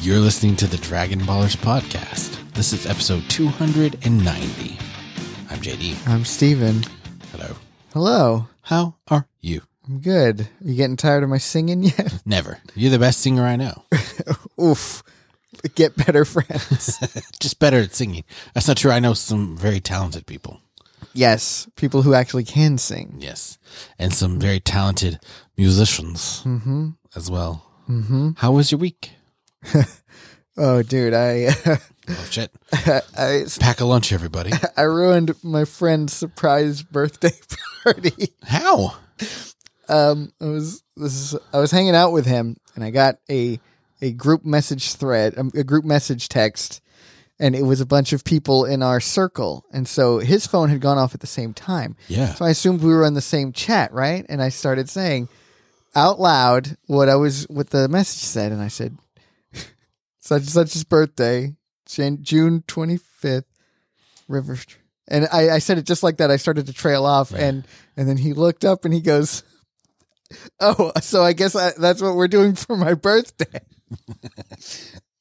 You're listening to the Dragon Ballers podcast. This is episode 290. I'm JD. I'm Steven. Hello. Hello. How are you? I'm good. You getting tired of my singing yet? Never. You're the best singer I know. Oof. Get better friends. Just better at singing. That's not true. I know some very talented people. yes, people who actually can sing. Yes. And some very talented musicians Mm-hmm. as well. Mm-hmm. How was your week? Oh, dude, I, Oh, shit. I, Pack a lunch, everybody. I ruined my friend's surprise birthday party. How? Um, I was this is, I was hanging out with him, and I got a a group message thread, um, a group message text, and it was a bunch of people in our circle, and so his phone had gone off at the same time. Yeah. So I assumed we were in the same chat, right? And I started saying out loud what I was what the message said, and I said, "Such and such's birthday, Jan- June twenty fifth, River." St-" And I, I said it just like that. I started to trail off, Right. and and then he looked up and he goes, "Oh, so I guess I, that's what we're doing for my birthday."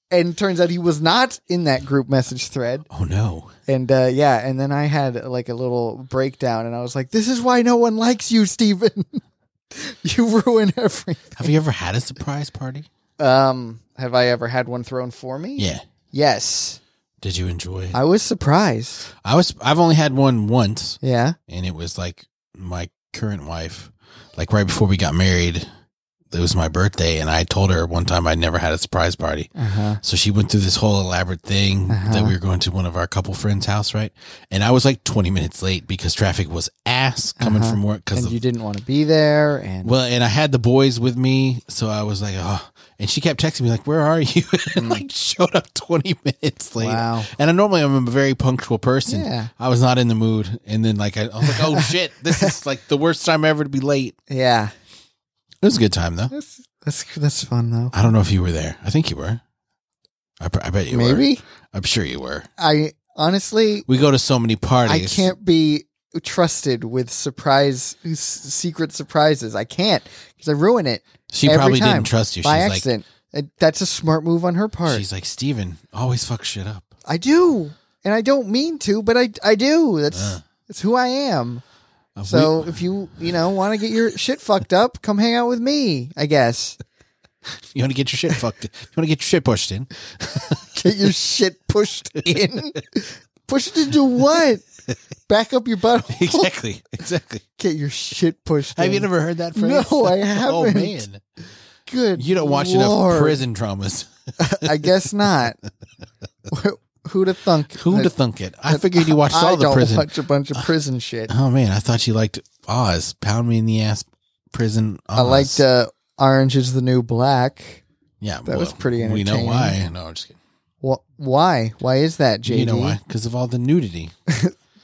and turns out he was not in that group message thread. Oh, no. And uh, yeah, and then I had like a little breakdown, and I was like, "This is why no one likes you, Steven. you ruin everything." Have you ever had a surprise party? Um, have I ever had one thrown for me? Yeah. Yes, Did you enjoy it? I was surprised. I was. I've only had one once. Yeah. and it was like my current wife, like right before we got married, it was my birthday, and I told her one time I never had a surprise party. Uh huh. So she went through this whole elaborate thing Uh-huh. that we were going to one of our couple friends' house, right? And I was like 20 minutes late because traffic was ass coming Uh-huh. from work because And of you didn't want to be there, and well, and I had the boys with me, so I was like, oh. And she kept texting me like, "Where are you?" and like showed up twenty minutes late. Mm. Wow. And I normally I'm a very punctual person. Yeah. I was not in the mood, and then like I, I was like, "Oh shit, this is like the worst time ever to be late." yeah, It was a good time though. that's that's that's fun though. I don't know if you were there. I think you were. I, pr- I bet you were. Maybe I'm sure you were. I honestly We go to so many I parties. can't be trusted with surprise s- secret surprises. I can't because I ruin it. She every probably time. didn't trust you. She's by like, accident. Uh, That's a smart move on her part. she's like, Steven, always fuck shit up. I do, and I don't mean to, but I I do. That's Uh. that's who I am. Uh, So we- if you you know want to get your shit fucked up, come hang out with me. I guess you want to get your shit fucked, you want to get your shit pushed in. get your shit pushed in, pushed into what? Back up your butt. exactly. Exactly. Get your shit pushed. Have you in. never heard that phrase? No, I Oh haven't. man, Good. you don't watch enough Lord. prison dramas. I guess not. Who'd have thunk? Who to that thunk it? I figured you watched I all the don't prison. watch a bunch of prison shit. Oh man, I thought you liked Oz. Pound me in the ass, prison. Oz. I liked uh, Orange is the New Black. Yeah, that was pretty We know entertaining. why. No, I'm just kidding. Wh- why? Why is that, JD? You know why? Because of all the nudity.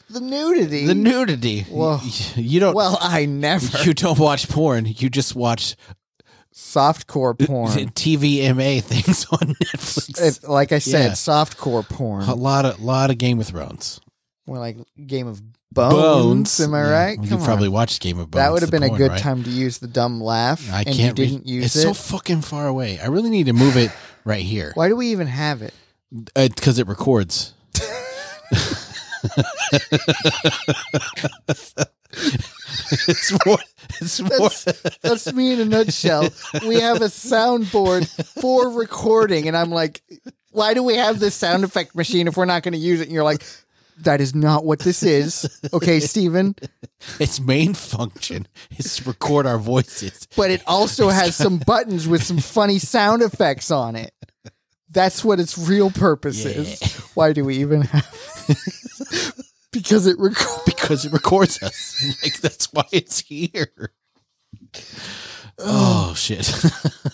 The nudity. The nudity. Whoa. Y- You don't. Well, I never. you don't watch porn. You just watch softcore porn. TVMA things on Netflix. If- like I said, Yeah. softcore porn. a lot of lot of Game of Thrones. More like Game of Bones. Am I Yeah. right? You Come on. probably watched Game of Bones. that would have the been a porn, good right? time to use the dumb laugh. I and can't. you read- didn't use it's it. so fucking far away. I really need to move it right here why do we even have it? because Uh, it records. it's more. It's more. That's, that's me in a nutshell. We have a soundboard for recording, and I'm like, why do we have this sound effect machine if we're not going to use it? And you're like, that is not what this is. Okay, Steven. Its main function is to record our voices. But it also has some buttons with some funny sound effects on it. That's what its real purpose is. Why do we even have Because it records. because it records us. like that's why it's here. Oh shit!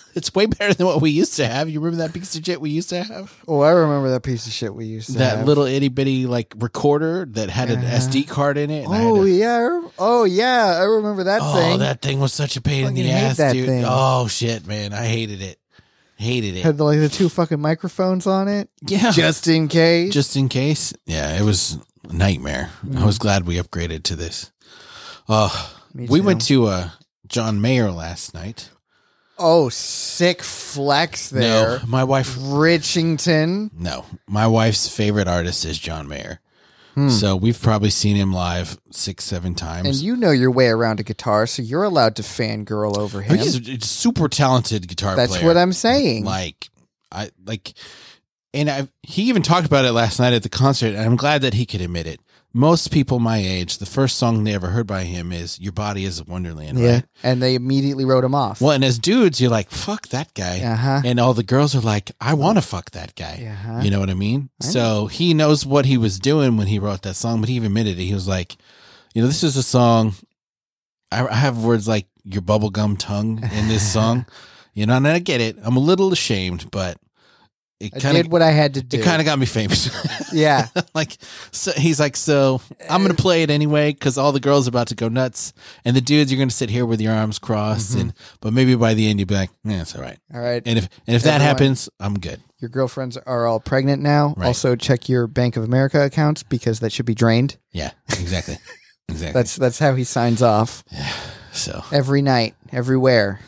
it's way better than what we used to have. You remember that piece of shit we used to have? Oh, I remember that piece of shit we used to that have. little itty bitty like recorder that had an Yeah. SD card in it. and I had Oh to- yeah! I rem- Oh yeah! I remember that oh, thing. that thing was such a pain in Fucking the hate ass, that dude. thing. Oh shit, man, I hated it. Hated it. had the, like the two fucking microphones on it yeah, just, just in case in case. Yeah, it was a nightmare. Mm-hmm. I was glad we upgraded to this. Oh, Me we too. went to uh, John Mayer last night. Oh, sick flex there. No, my wife. Richington. No, my wife's favorite artist is John Mayer. Hmm. So we've probably seen him live six, seven And times. you know your way around a guitar, so you're allowed to fangirl over I mean, him. he's a- a super talented guitar That's player. what I'm saying. Like, I like, and I. He even talked about it last night at the concert, and I'm glad that he could admit it. Most people my age, the first song they ever heard by him is "Your Body Is a Wonderland." yeah. Right? And they immediately wrote him off. Well, and as dudes, you're like, "Fuck that guy," Uh huh. and all the girls are like, "I want to fuck that guy." Uh huh. You know what I mean? I so he knows what he was doing when he wrote that song, but he even admitted it. He was like, you know, this is a song. I, I have words like your bubblegum tongue in this song. You know, and I get it. I'm a little ashamed, but it I kind did of what I had to do. it kind of got me famous. yeah. like so he's like, so I'm gonna play it anyway because all the girls are about to go nuts, and the dudes you're gonna sit here with your arms crossed, Mhm. and but maybe by the end you'll be like, yeah, it's all right. All right. And if and if that Everyone- happens, I'm good. Your girlfriends are all pregnant now. Right. Also, check your Bank of America accounts because that should be drained. Yeah, exactly, exactly. That's that's how he signs off So, every night, everywhere.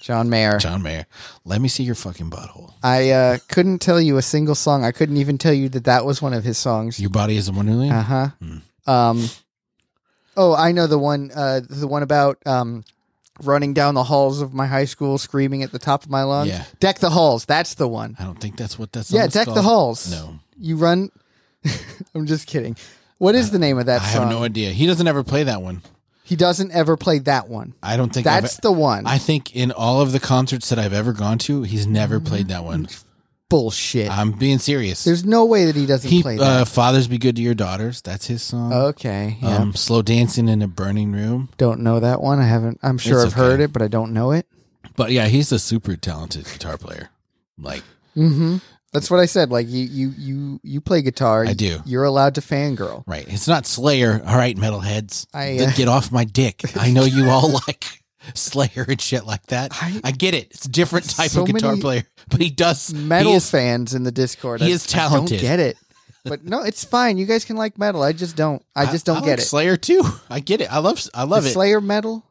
John Mayer. John Mayer, let me see your fucking butthole. I uh, couldn't tell you a single song. I couldn't even tell you that that was one of his songs. Your body is a wonderland. Uh huh. Hmm. Um. Oh, I know the one. Uh, the one about um, running down the halls of my high school, screaming at the top of my lungs. Yeah. Deck the halls. That's the one. I don't think that's what that's. yeah, deck the halls. No, You run. I'm just kidding. What is the name of that I song? have no idea. He doesn't ever play that one. he doesn't ever play that one. I don't think. That's I've, e- the one. I think in all of the concerts that I've ever gone to, he's never played that one. Bullshit. I'm being serious. There's no way that he doesn't He, play uh, that. fathers be good to your daughters. That's his song. okay. Yeah. um, slow dancing in a burning room. don't know that one. I haven't. I'm sure I've It's heard okay. it, but I don't know it. But yeah, he's a super talented guitar player. Like Mm-hmm. That's what I said. Like you, you, you, you play guitar. I do. You're allowed to fangirl. Right. It's not Slayer. All right, metalheads. I, Then uh, get off my dick. I know you all like Slayer and shit like that. I- I, get it. It's a different type So of guitar many player, but he does Metal He is, fans in the Discord. he I- is I talented. don't get it. But no, it's fine. You guys can like metal. I just don't. I just don't I get like it. Slayer too. I get it. I love. I love Is it. Slayer metal.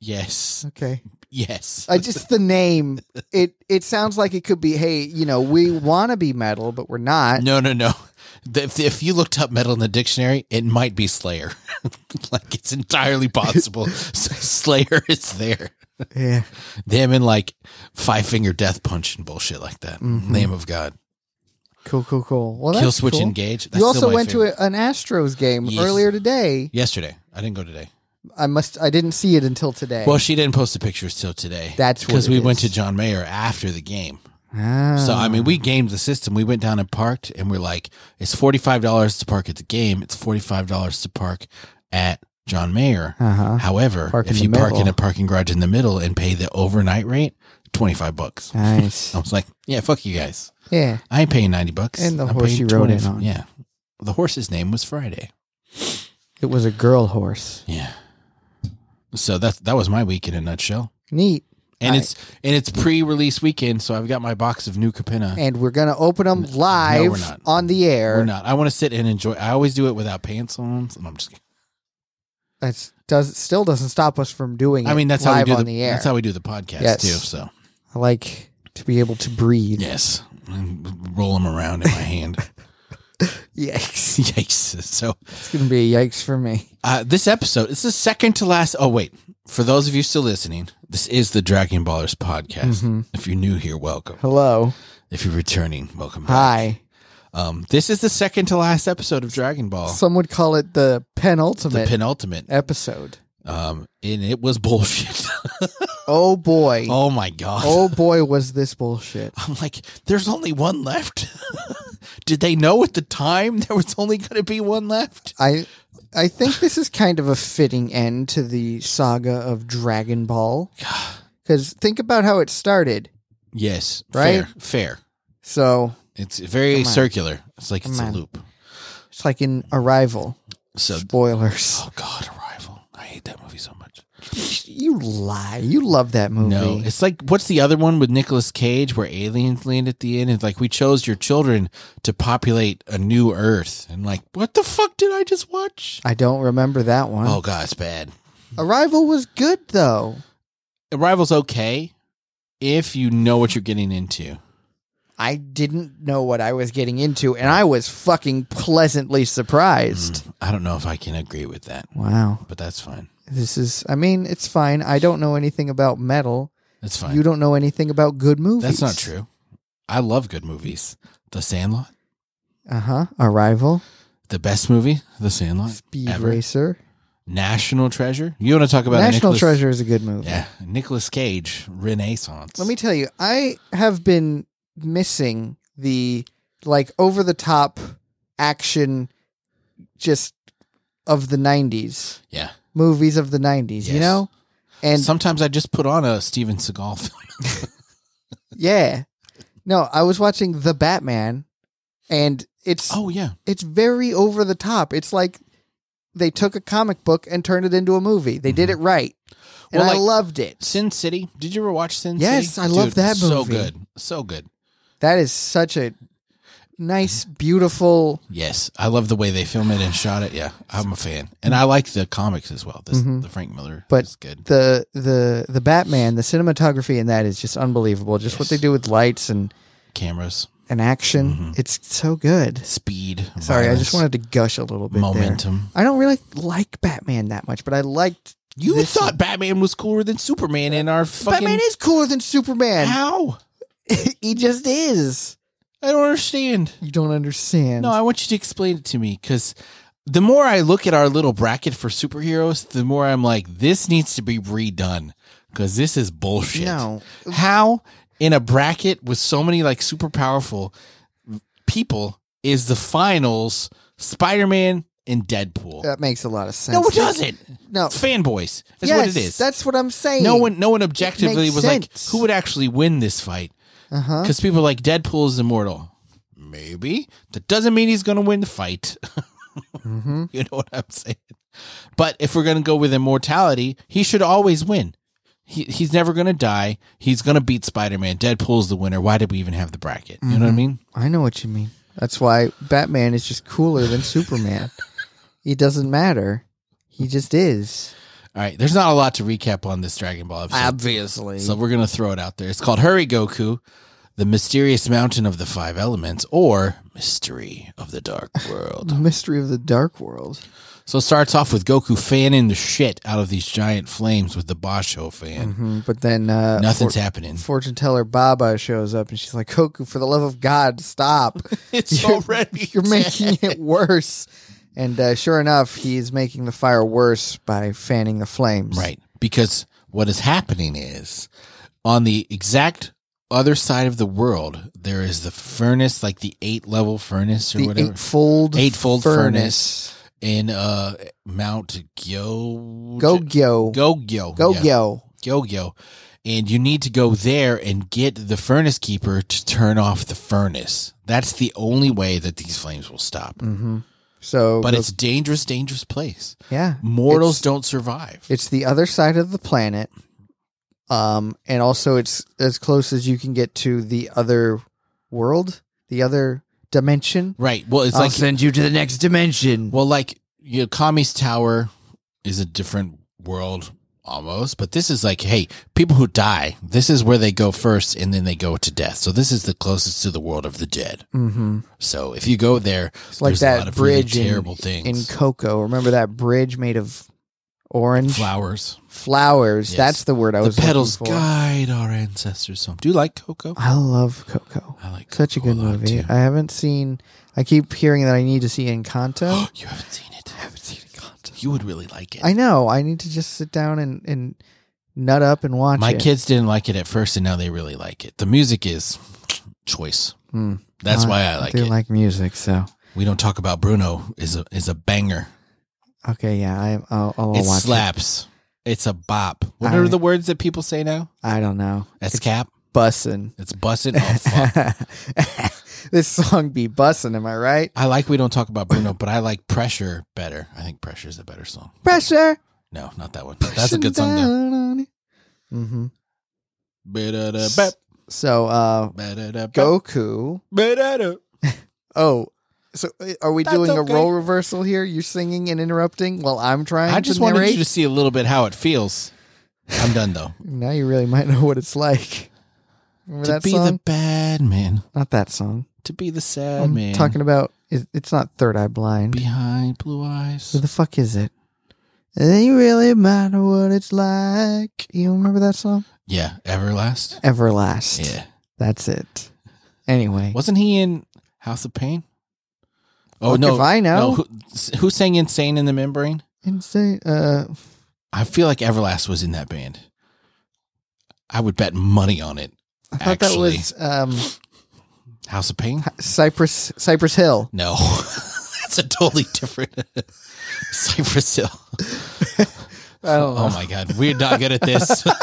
yes. Okay. Yes. I just the name. It it sounds like it could be. Hey, you know, we want to be metal, but we're not. no, no, no. The- If, if you looked up metal in the dictionary, it might be Slayer. like it's entirely possible. So Slayer is there. Yeah. Them and like Five Finger Death Punch and bullshit like that. Mm-hmm. Name of God. Cool. Cool. Cool. Well, that's Kill switch cool. engage. That's You still also my went favorite. to a, an Astros game Yes. earlier today. yesterday. I didn't go today. I must. I didn't see it until today. Well, she didn't post the pictures till today. That's what because it we is. went to John Mayer after the game. Ah. So I mean, we gamed the system. We went down and parked, and we're like, it's forty five dollars to park at the game. It's forty five dollars to park at John Mayer. Uh-huh. However, Park in if the you park in middle. a parking garage in the middle and pay the overnight rate, twenty five bucks. Nice. I was like, yeah, fuck you guys. Yeah. I ain't paying ninety bucks. And the I'm horse paying you rode in 25 on. Yeah, the horse's name was Friday. It was a girl horse. Yeah. So that that was my week in a nutshell. Neat. And Right. it's and it's pre-release weekend, so I've got my box of new Capenna. And we're gonna open them live no, we're not. on the air. Or not. I want to sit and enjoy. I always do it without pants on. So I'm just. Kidding. That's does still doesn't stop us from doing. It I mean, that's how we live do on the, the air. That's how we do the podcast Yes. too. So I like to be able to breathe. yes, and roll them around in my hand. Yikes! Yikes! So It's gonna be a yikes for me. uh, this episode, it's the second to last. Oh wait, for those of you still listening, this is the Dragon Ballers podcast. Mm-hmm. If you're new here, welcome. Hello. If you're returning, welcome back. Hi. Um, this is the second to last episode of Dragon Ball, Some would call it the Oh. the penultimate penultimate. episode. Um, and it was bullshit. Oh boy. oh my god. Oh boy, was this bullshit. I'm like, there's only one left. Did they know at the time there was only going to be one left? I I think this is kind of a fitting end to the saga of Dragon Ball. Because think about how it started. Yes, Right? Fair, fair. So It's very Come on. circular. It's like it's Come on. a loop. it's like in Arrival. So, Spoilers. oh god, Arrival. I hate that movie so much. You lie. You love that movie. No, it's like what's the other one with Nicolas Cage where aliens land at the end? It's like we chose your children to populate a new Earth, and like what the fuck did I just watch? I don't remember that one. Oh god, it's bad. Arrival was good though. Arrival's okay. if you know what you're getting into. I didn't know what I was getting into, and I was fucking pleasantly surprised. Mm, I don't know if I can agree with that, Wow. but that's fine. This is, I mean, it's fine. I don't know anything about metal. That's fine. You don't know anything about good movies. that's not true. I love good movies. The Sandlot, Uh huh. Arrival, the best movie, The Sandlot, Speed ever. Racer. National Treasure. You want to talk about a National Nicolas- Treasure is a good movie. Yeah, Nicolas Cage Renaissance. Let me tell you, I have been missing the like over the top action just of the 90s, yeah. movies of the 90s, you Yes. know? And Sometimes I just put on a Steven Seagal film. yeah. No, I was watching The Batman and it's oh yeah, it's very over the top. It's like they took a comic book and turned it into a movie. They did it right. And Mm-hmm. Well, I like- loved it. Sin City. Did you ever watch Sin Yes, City? I love that So movie. good, so good. That is such a nice, beautiful Yes, I love the way they film it and shot it. Yeah, I'm a fan, and I like the comics as well. This, Mhm. The Frank Miller, But- is good. the the the Batman, the cinematography in that is just unbelievable. Just what Yes. they do with lights and Cameras, and action, Mhm. it's so good. speed. Sorry, I just violence, wanted to gush a little bit. There. momentum. I don't really like Batman that much, but I liked You This- thought Batman was cooler than Superman in our fucking Batman is cooler than Superman. how? he just is. I don't understand. You don't understand. No, I want you to explain it to me because the more I look at our little bracket for superheroes, the more I'm like, this needs to be redone because this is bullshit. No. How in a bracket with so many like super powerful people is the finals Spider Man and Deadpool? that makes a lot of sense. no, it doesn't. No. It's fanboys. That's yes, what it is. That's what I'm saying. no one, no one objectively makes was sense. like, who would actually win this fight? Uh huh. Because people are like, Deadpool is immortal. Maybe that doesn't mean he's going to win the fight. hmm You know what I'm saying? But if we're going to go with immortality, he should always win. He, he's never going to die. He's going to beat Spider Man. Deadpool's the winner. Why did we even have the bracket? You know Mm-hmm. what I mean? I know what you mean. That's why Batman is just cooler than Superman. It doesn't matter. He just is. All right. There's not a lot to recap on this Dragon Ball episode. Obviously. so we're going to throw it out there. It's called Hurry Goku, The Mysterious Mountain of the Five Elements, or Mystery of the Dark World. The mystery of the dark world. so it starts off with Goku fanning the shit out of these giant flames with the Basho fan. hmm But then uh, Nothing's for- happening. fortune teller Baba shows up and she's like, Goku, for the love of God, stop. It's You're- already You're making it worse. And uh, sure enough, he's making the fire worse by fanning the flames. Right. Because what is happening is on the exact other side of the world, there is the furnace, like the eight level furnace or The whatever, eightfold, Eightfold furnace. in uh, Mount Gyo. Gogyo. Gogyo. Gogyo. Yeah. Gogyo. And you need to go there and get the furnace keeper to turn off the furnace. That's the only way that these flames will stop. hmm So, But Go- it's dangerous, dangerous place. yeah, Mortals It's- don't survive. It's the other side of the planet, um, and also it's as close as you can get to the other world, the other dimension. Um, Right. Well, it's I'll like send you to the next dimension. Well, like you know, Kami's Tower is a different world almost, but this is like, hey, people who die, this is where they go first and then they go to death. So this is the closest to the world of the dead. hmm So if you go there, It's like there's a lot that of really bridge in- terrible in, things. Coco. Remember that bridge made of orange Flowers. flowers? Yes. That's the word I The was. looking petals for. guide our ancestors home. Do you like Coco? I love Coco. I like Such a Coco good lot, movie. too. I haven't seen. I keep hearing that I need to see Encanto. you haven't seen it. I haven't seen Encanto. You would really like it. I know. I need to just sit down and, and nut up and watch My it. kids didn't like it at first, and now they really like it. The music is choice. Hmm. That's Well, why I like do it. like music, so We don't talk about Bruno is a is a banger. okay, yeah, I, I'll, I'll it Oh, watch it. slaps. It's a bop. What are I- the words that people say now? I don't know. That's cap. Bussin. It's bussin'. Oh fuck. this song be bussin', am I right? I like we don't talk about Bruno, but I like pressure better. I think pressure is a better song. Pressure. No, not that one. That's a good song though. Mm-hmm. Ba-da-da, S- bap, So, uh, ba-da-da, bap, Goku. ba-da-da. Oh, so uh, are we That's doing a okay. role reversal here? You're singing and interrupting while I'm trying I just to wanted narrate? you to see a little bit how it feels. I'm done though. Now you really might know what it's like. Remember to that be song? the bad man, Not that song. to be the sad I'm man. talking about. it- It's not Third Eye Blind. behind blue Who eyes. the fuck is it? It ain't really matter what it's like. You remember that song? Yeah, Everlast. Everlast. Yeah, That's it. Anyway. wasn't he in House of Pain? Oh Fuck no, If I know. no. Who, who sang "Insane in the Membrane"? Insane. Uh, I feel like Everlast was in that band. I would bet money on it. I thought Actually. that was um, House of Pain? Cypress Cypress Hill. No, that's a totally different Cypress Hill. I don't know. Oh my god, we're not good at this.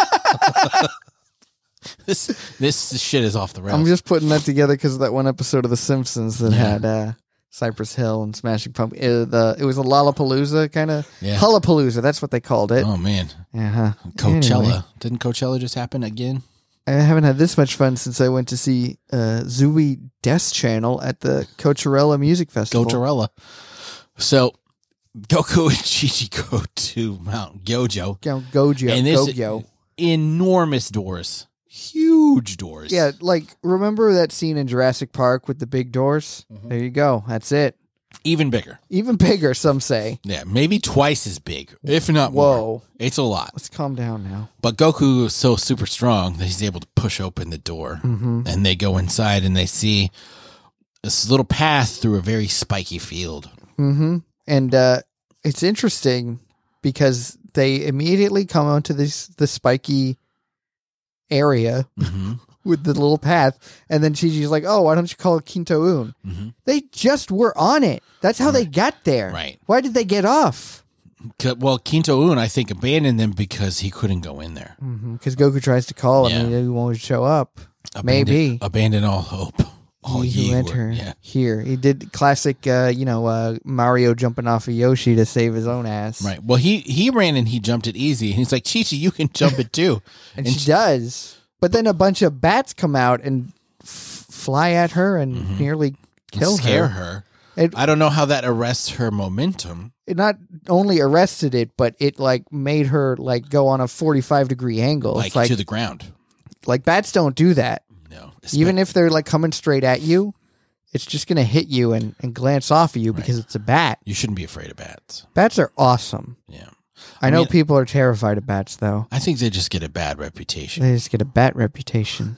this this shit is off the rails. I'm just putting that together because of that one episode of The Simpsons that Yeah. had uh, Cypress Hill and Smashing Pumpkins. It, the, it was a Lollapalooza kind of yeah. Hullapalooza. That's what they called it. Oh man, Uh-huh. Coachella. Anyway, Didn't Coachella just happen again? I haven't had this much fun since I went to see uh, Zooey Death Channel at the Coachella Music Festival. Coachella. So Goku and Gigi go to Mount Gojo. Go- Gojo. And this- Gojo. Enormous doors, huge doors. Yeah, like remember that scene in Jurassic Park with the big doors? Mm-hmm. There you go. That's it. even bigger. Even bigger, some say. Yeah, maybe twice as big, if not Whoa. more. It's a lot. Let's calm down now. But Goku is so super strong that he's able to push open the door. Mm-hmm. And they go inside and they see this little path through a very spiky field. Mm-hmm. And uh, it's interesting because they immediately come onto this the spiky area hmm with the little path, and then Chi-Chi's like, "Oh, why don't you call it Quinto Un?" hmm They just were on it. That's how they got there. Right. Why did they get off? Well, Quinto Un, I think, abandoned them because he couldn't go in there. Because Mm-hmm. Goku tries to call him, Yeah. and he won't show up. Abandon- Maybe. Abandon all hope. All he ye who were- enter Oh, Yeah. here. He did classic, uh, you know, uh, Mario jumping off of Yoshi to save his own ass. Right. Well, he, he ran and he jumped it easy. And he's like, Chi Chi, you can jump it too. and, And she, she- does. But then a bunch of bats come out and f- fly at her and Mhm. nearly kill scare her. her. It- I don't know how that arrests her momentum. It not only arrested it, but it like made her like go on a forty-five degree angle. like, it's like to the ground. like bats don't do that. No, Even if they're like coming straight at you, it's just gonna hit you and, and glance off of you because it's a bat. you shouldn't be afraid of bats. Bats are awesome. Yeah, I, know mean- uh, people are terrified of bats though. I think they just get a bad reputation. They just get a bat reputation.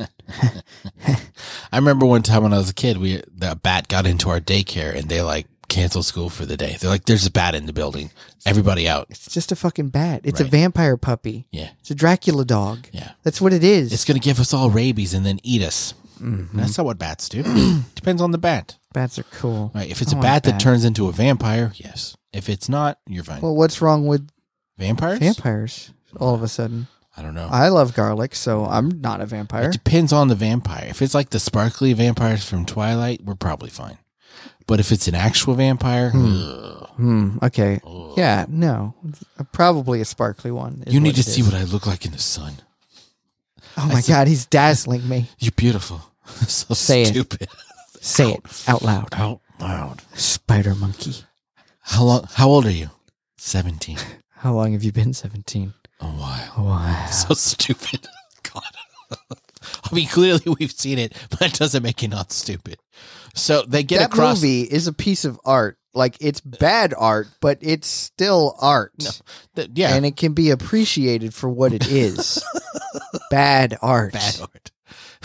I remember one time when I was a kid, we the bat got into our daycare and they like canceled school for the day. They're like, "There's a bat in the building. Everybody out." it's just a fucking bat. It's a Right. vampire puppy. Yeah, It's a Dracula dog. yeah. That's what it is. It's gonna give us all rabies and then eat us. Mm-hmm. That's not what bats do. Depends on the bat. Bats are cool. Right. If it's I a want bat that bat. turns into a vampire, yes. If it's not, you're fine. Well, what's wrong with Vampires? vampires all of a sudden? I don't know. I love garlic, so I'm not a vampire. It depends on the vampire. If it's like the sparkly vampires from Twilight, we're probably fine. But if it's an actual vampire, ugh, Hmm. Okay. ugh. Yeah. No. Probably a sparkly one. is you need to it see is. what I look like in the sun. Oh I my see- god, he's dazzling me. You're beautiful. so Say it. stupid. Say it out loud. Out loud. Spider monkey. How long? How old are you? Seventeen. How long have you been? Seventeen. A while. Wow. So stupid. God. I mean, clearly we've seen it, but it doesn't make you not stupid. So they get that across. movie is a piece of art. Like it's bad art, but it's still art, that- yeah, and it can be appreciated for what it is. bad art. bad art.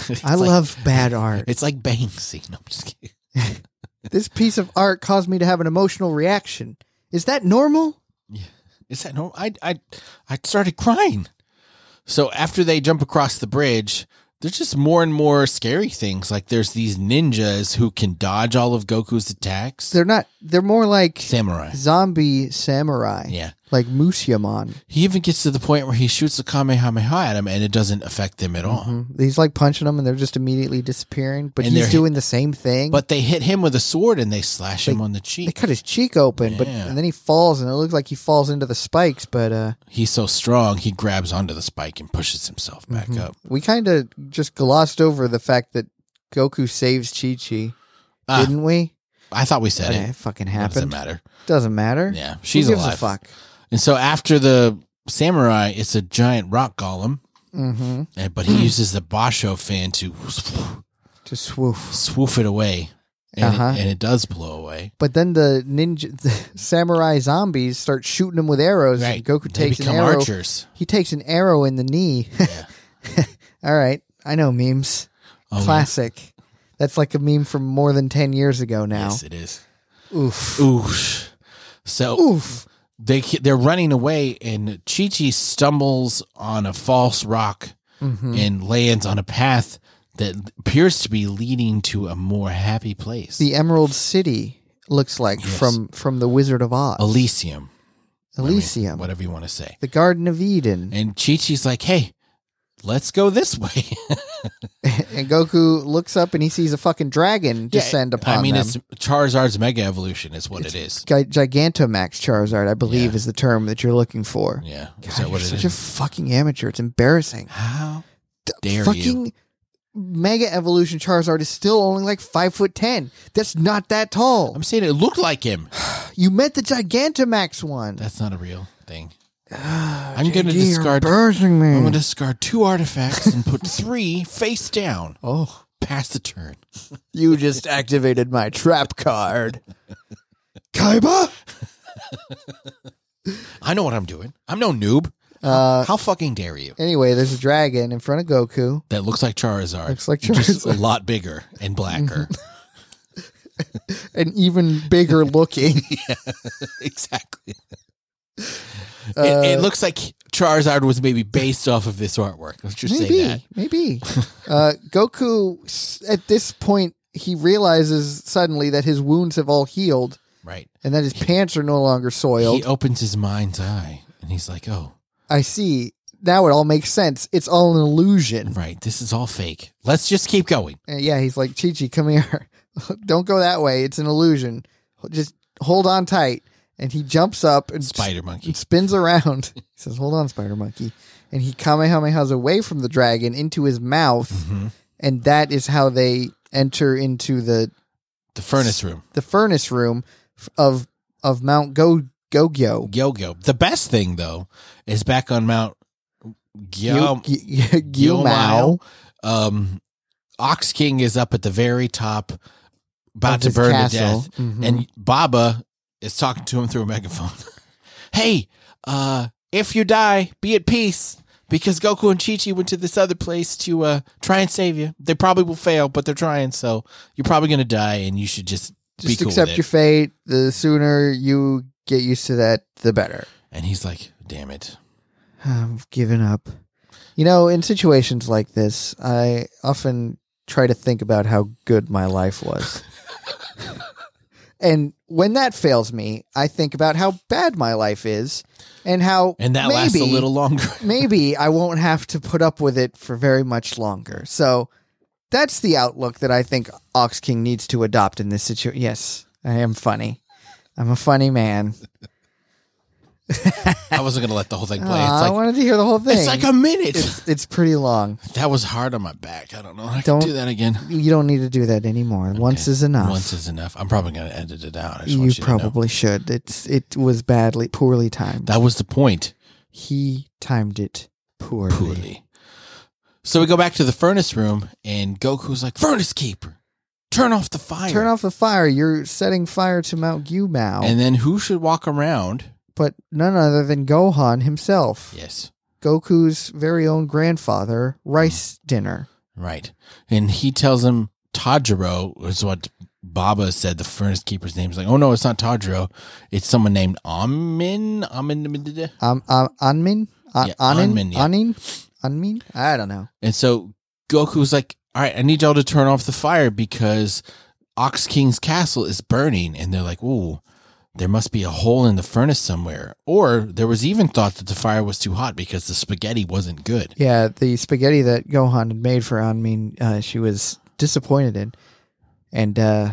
It's I like- love bad art. It's like Banksy. No, I'm just kidding. this piece of art caused me to have an emotional reaction. Is that normal? Is that normal? I I I started crying. So after they jump across the bridge, there's just more and more scary things. Like there's these ninjas who can dodge all of Goku's attacks. They're not. They're more like samurai. zombie samurai, Yeah. like Musiamon. He even gets to the point where he shoots a Kamehameha at him and it doesn't affect them at all. Mhm. He's like punching them, and they're just immediately disappearing. But Mm-hmm. And he's they're- doing the same thing. But they hit him with a sword and they slash him on the Mm-hmm. they cheek. cut his cheek open, but Yeah. and then he falls, and it looks like he falls into the spikes. But uh, He's so strong, he grabs onto the spike and pushes himself back mhm. up. we kind of just glossed over the fact that Goku saves Chi Chi, Ah, didn't we? I thought we said Okay, it. it fucking Doesn't happened. matter. Doesn't matter. Yeah, she's Who gives alive. a fuck. And so after the samurai, it's a giant rock golem Mm-hmm. And, but he uses the Basho fan to Just woof. swoof it away. And, Uh-huh. it, and it does blow away. But then the ninja, the samurai zombies start shooting him with arrows. And Goku they takes an become arrow. archers. He takes an arrow in the knee. Yeah. All right, I know memes. Oh, Classic. That's like a meme from more than ten years ago now. Yes, it is. Oof. Oof. So Oof. they they're running away, and Chi Chi stumbles on a false rock hmm and lands on a path that appears to be leading to a more happy place, The Emerald City looks like Yes. from from the Wizard of Oz. Elysium, I mean, Elysium. whatever you want to say. the Garden of Eden. And Chi Chi's like, "Hey, let's go this way." and Goku looks up and he sees a fucking dragon descend upon I mean, them. it's Charizard's mega evolution is what it's, Gi- Gigantamax Charizard, I believe, Yeah. is the term that you're looking for. Yeah, God, is that you're what it such is? a fucking amateur. It's embarrassing. How dare you? fucking Mega Evolution Charizard is still only like five foot ten. That's not that tall. I'm saying it looked like him. You met the Gigantamax one. That's not a real thing. Ah, I'm gonna JD, you're discard- Embarrassing me. I'm going to discard two artifacts and put three face down. oh, Pass the turn. you just activated my trap card, Kaiba. I know what I'm doing. I'm no noob. Uh, How fucking dare you? anyway, there's a dragon in front of Goku. That looks like Charizard. Looks like Just a Charizard, lot bigger and blacker. and even bigger looking. exactly. Uh, it, it looks like Charizard was maybe based off of this artwork. Let's just say that. maybe, maybe. uh, Goku, s- at this point, he realizes suddenly that his wounds have all healed Right. and that his pants are no longer soiled. He opens his mind's eye and he's like, oh, I see. Now it all makes sense. It's all an illusion. right. This is all fake. Let's just keep going. And yeah, he's like, Chi Chi, come here. Don't go that way. It's an illusion. Just hold on tight. And he jumps up and s- Spider Monkey. and spins around. he says, Hold on, Spider Monkey. And he Kamehameha's away from the dragon into his mouth. hmm And that is how they enter into the, The furnace room. the furnace room f- of of Mount Go Gogyo. Yo yo. The best thing, though, is back on Mount Gyo- Gyumao. um, Ox King is up at the very top, about to his burn to castle. death, Mhm. and Baba is talking to him through a megaphone. hey, uh, if you die, be at peace. Because Goku and Chi Chi went to this other place to uh, try and save you. They probably will fail, but they're trying. So you're probably going to die, and you should just, be just cool accept with your it. fate. The sooner you get used to that, the better. And he's like, "Damn it, I've given up. You know, in situations like this, I often try to think about how good my life was. and when that fails me, I think about how bad my life is and how and that maybe, lasts a little longer." maybe I won't have to put up with it for very much longer. So that's the outlook that I think Ox King needs to adopt in this situation. Yes, I am funny. I'm a funny man. I wasn't going to let the whole thing play. Aw, I it's like wanted to hear the whole thing. it's like a minute. it's, it's pretty long. that was hard on my back. I don't know. I Don't- can do that again. You don't need to do that anymore. Once is enough. Once is enough. I'm probably going to edit it out. I just you, want you to know. probably should. It's it was badly, poorly timed. That was the point. he timed it poorly. Poorly. So we go back to the furnace room, and Goku's like, "Furnace keeper, turn off the fire." Turn off the fire. You're setting fire to Mount Gumao. And then who should walk around? but none other than Gohan himself, Yes, Goku's very own grandfather, Mm. rice dinner. right. And he tells him Tajiro is what Baba said. The furnace keeper's name is like, "Oh no, it's not Tajiro. It's someone named Amin. Amin." Um, um Anmin, An- Yeah, Anin, Anmin, yeah. Anin, Anmin. I don't know. And so Goku's like, all right, I need y'all to turn off the fire because Ox King's castle is burning. And they're like, ooh, there must be a hole in the furnace somewhere. Or there was even thought that the fire was too hot because the spaghetti wasn't good. Yeah, the spaghetti that Gohan had made for Anmin, uh, she was disappointed in, and uh,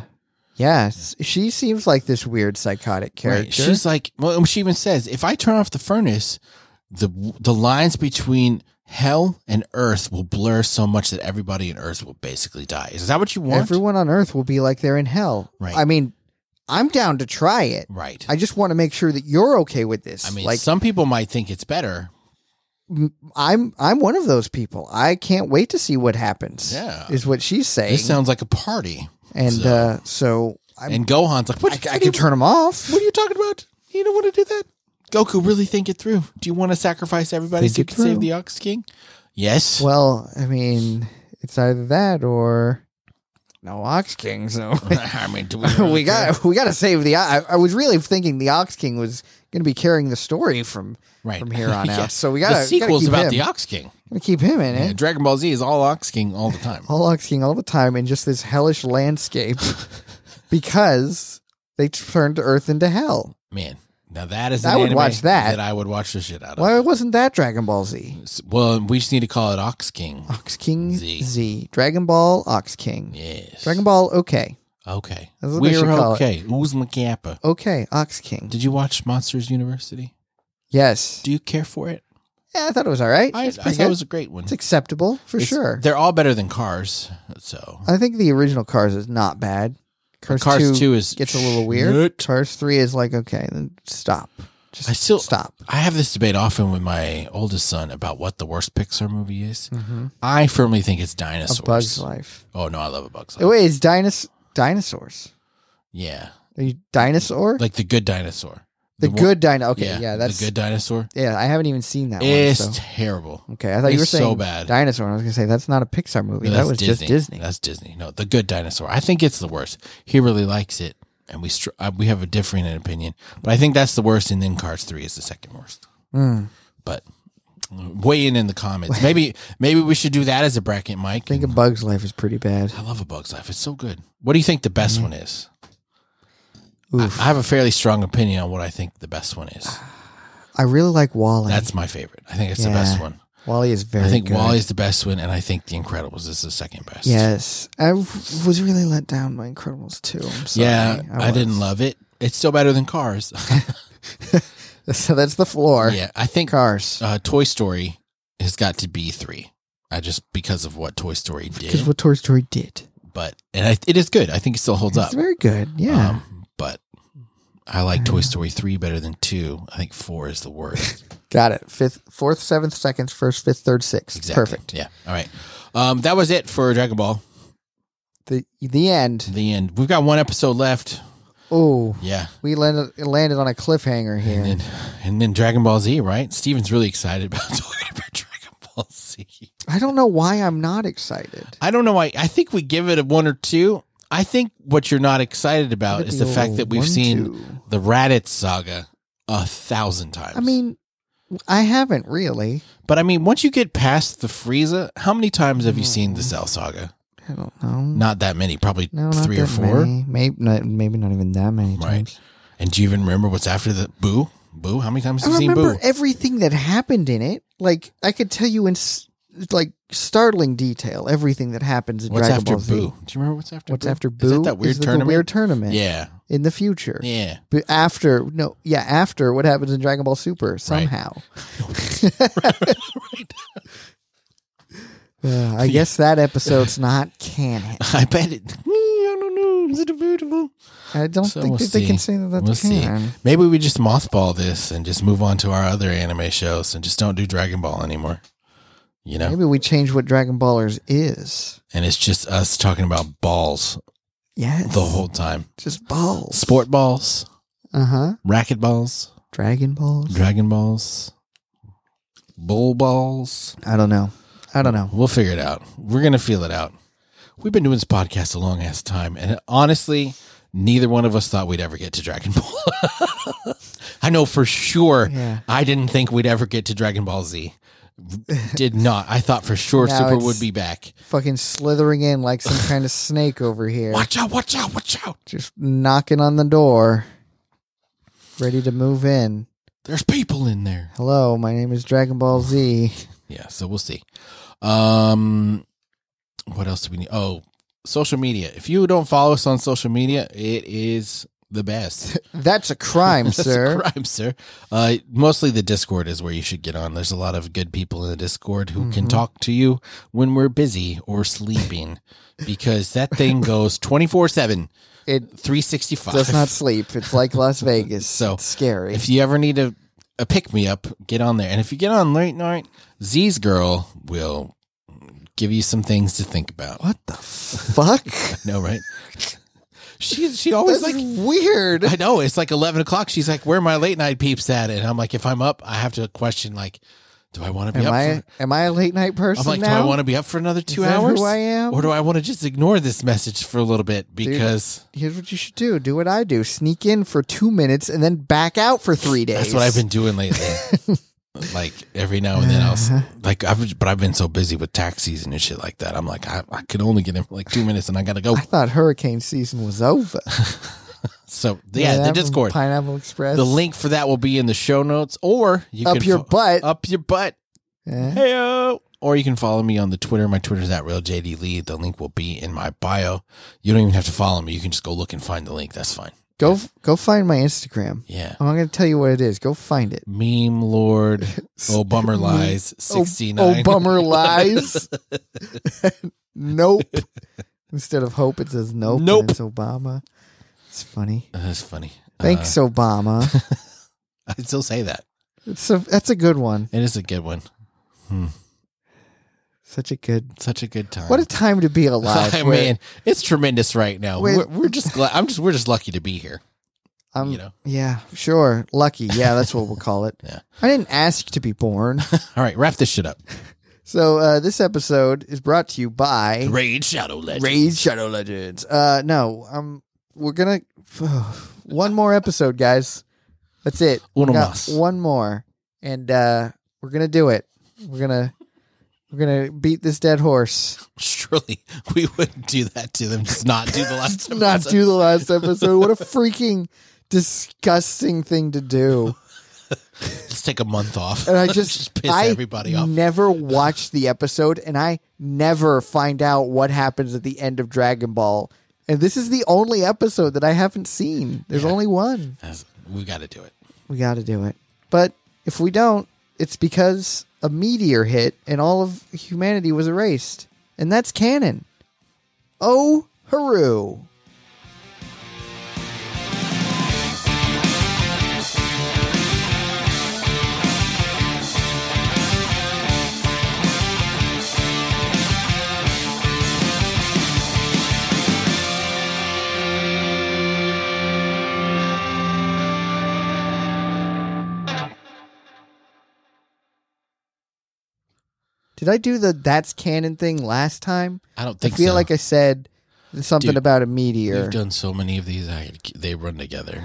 yeah, s- she seems like this weird psychotic character. Right. She's like, well, she even says, if I turn off the furnace, the the lines between hell and earth will blur so much that everybody in earth will basically die. Is that what you want? Everyone on Earth will be like they're in hell. Right. I mean, I'm down to try it. right. I, I just want to make sure that you're okay with this. mean, like, some people might think it's better, m- I'm I'm one of those people. I can't wait to see what happens. Yeah. is what she's saying. This sounds like a party. and so- uh, so I'm, and Gohan's like, what? I, what I do can you- turn them off. What are you talking about? You don't want to do that. Goku, really think it through. Do you want to sacrifice everybody so you Think it can save through. the Ox King? Yes. Well, I mean, it's either that or no Ox King. So I mean, do we? we got we got to save the. I, I was really thinking the Ox King was going to be carrying the story from right from here on out. Yeah. So we the got to keep sequel's him. about the Ox King. Gotta keep him in Yeah, it. Dragon Ball Z is all Ox King all the time. all Ox King all the time in just this hellish landscape because they turned Earth into hell. Man, now that is I an would anime watch that. I would watch the shit out of. Why wasn't that Dragon Ball Z? S- Well, we just need to call it Ox King. Ox King Z. Z. Dragon Ball Ox King. Yes. Dragon Ball okay. Okay. That's what they should We're call it. okay. Uzma Kappa. Okay, Ox King. Did you watch Monsters University? Yes. Do you care for it? Yeah, I thought it was all right. I, I it's pretty thought it good. was a great one. it's acceptable for It's- sure. They're all better than Cars. So I think the original Cars is not bad. Cars, Cars 2, 2, is gets a little weird. shit. Cars 3 is like okay, then stop. Just I still- stop. I have this debate often with my oldest son about what the worst Pixar movie is. Mhm. I firmly think it's A Bug's Dinosaurs. Life. oh no, I love a Bug's Oh, Life. Wait, it's dinos- dinosaurs. Yeah, Are you dinosaur? like the good dinosaur. the, one- good dino. Okay, yeah, that's the good dinosaur. yeah. I haven't even seen that It's one. So. terrible. Okay, I thought you were it's so saying bad. dinosaur. And I was gonna say that's not a Pixar movie. No, that that's was just Disney. That's Disney. No, the good dinosaur. I think it's the worst. He really likes it, and we str- uh, we have a differing opinion. But I think that's the worst. And then Cars Three is the second worst. Mm. But uh, weigh in in the comments. Maybe maybe we should do that as a bracket, Mike. I think a Bug's Life is pretty bad. I love a Bug's Life. It's so good. What do you think the best one is? I, Mm-hmm. Oof. I have a fairly strong opinion on what I think the best one is. I really like Wally. That's my favorite. I think it's the best Yeah. one. Wally is very. I think good. Wally's the best one, and I think The Incredibles is the second best. Yes, I w- was really let down by Incredibles too. I'm sorry. yeah. I, was. didn't love it. It's still better than Cars. So that's the floor. yeah, I think Cars. uh, Toy Story has got to be three. I just because of what Toy Story Because did, what Toy Story did. but and I, it is good. I think it still holds up. It's very good. Yeah. Um, but I like Toy Story three better than two. I think four is the worst. Got it. Fifth, fourth, seventh, seconds, first, fifth, third, sixth. Exactly. Perfect. Yeah. All right. Um, that was it for Dragon Ball. The the end. The end. We've got one episode left. Oh, Yeah. we landed landed on a cliffhanger here. And then, and then Dragon Ball Z, right? Steven's really excited about talking about Dragon Ball Z. I don't know why I'm not excited. I don't know why. I think we give it a one or two. I think what you're not excited about Give it is the a fact that we've one, seen two. the Raditz saga a thousand times. I mean, I haven't really. but I mean, once you get past the Frieza, how many times have you seen the Mm. Cell saga? I don't know. Not that many, probably no, not three or that four. Many. Maybe not, maybe not even that many Right. times. And do you even remember what's after the Boo? Boo? How many times have I you seen remember Boo? everything that happened in it. Like I could tell you in s- like startling detail everything that happens in What's Dragon after Ball Z. Boo? Do you remember what's after What's Boo? after Boo? Is that that weird the tournament? weird tournament Yeah. in the future. Yeah. But after no, yeah, after what happens in Dragon Ball Super somehow. Uh, I guess that episode's not canon. I bet it. I don't know. Is it beautiful? I don't So think we'll that they can see. say that that's We'll see. canon. Maybe we just mothball this and just move on to our other anime shows and just don't do Dragon Ball anymore. You know? Maybe we change what Dragon Ballers is. And it's just us talking about balls Yes, the whole time. just balls. Sport balls, Uh huh. racket balls, Dragon Balls. Dragon Balls, Bull Balls. I don't know. I don't know. We'll figure it out. We're gonna feel it out. We've been doing this podcast a long ass time, and honestly, neither one of us thought we'd ever get to Dragon Ball. I know for sure. Yeah. I didn't think we'd ever get to Dragon Ball Z. Did not. I thought for sure No, Super it's- would be back. Fucking slithering in like some kind of snake over here. Watch out! Watch out! Watch out! Just knocking on the door. Ready to move in. There's people in there. Hello, my name is Dragon Ball Z. Yeah. So we'll see. Um, what else do we need? Oh, social media. If you don't follow us on social media, it is the best. That's a crime, That's a sir. crime, sir. Uh, mostly the Discord is where you should get on. There's a lot of good people in the Discord who can Mhm. talk to you when we're busy or sleeping because that thing goes 24 7, It 365. does not sleep. It's like Las Vegas. So, it's scary. If you ever need to a pick me up, get on there. And if you get on late night, Z's girl will give you some things to think about. What the fuck? No, right? she she always That's like weird. I know it's like eleven o'clock. She's like, "Where are my late night peeps at?" And I'm like, "If I'm up, I have to question like, do I want to be Am up? I for, am I a late night person I'm like, now? do I want to be up for another two that hours? who I am? or do I want to just ignore this message for a little bit because Here's what you should do: do what I do, sneak in for two minutes and then back out for three days. that's what I've been doing lately. like every now and then, I'll Uh-huh. s- like, I've but I've been so busy with tax season and shit like that. I'm like, I, I could only get in for like two minutes, and I gotta go. I thought hurricane season was over. So yeah, the that Discord. Pineapple Express. The link for that will be in the show notes, or you up can your fo- Oh. butt. up your butt. Yeah. Heyo. Or you can follow me on the Twitter. My Twitter's at RealJDLee. The link will be in my bio. You don't even have to follow me. You can just go look and find the link. That's fine. Go go find my Instagram. Yeah. I'm not going to tell you what it is. Go find it. Meme Lord. Oh, bummer lies. Oh- 69. Oh, bummer lies. nope. Instead of hope, it says nope. and Nope. Uh, It's Obama. It's funny. That's funny. Thanks, Obama. Uh, I still say that. It's a, that's a good one. It is a good one. Such a good. Such a good time. What a time to be alive. I We're- mean, it's tremendous right now. Wait. We're, we're just glad. I'm just we're just lucky to be here. I'm, you know. Yeah, sure. Lucky. Yeah, that's what we'll call it. Yeah. I didn't ask to be born. All right, wrap this shit up. So uh, this episode is brought to you by Raid Shadow Legends. Raid Shadow Legends. Uh, no, um, we're gonna one more episode, guys. That's it. We Uno got mas. One more, and uh, we're gonna do it. We're gonna we're gonna beat this dead horse. Surely we wouldn't do that to them. Just not do the last. Not episode. do the last episode. What a freaking disgusting thing to do. Let's take a month off. And I just, piss I everybody off. Never watch the episode, and I never find out what happens at the end of Dragon Ball. And this is the only episode that I haven't seen. There's only one. That's- We got to do it. We got to do it. But if we don't, it's because a meteor hit and all of humanity was erased. And that's canon. Oh, hooroo. Did I do the that's canon thing last time? I don't I think feel so. like I said something Dude, about a meteor. You've done so many of these. I, they run together.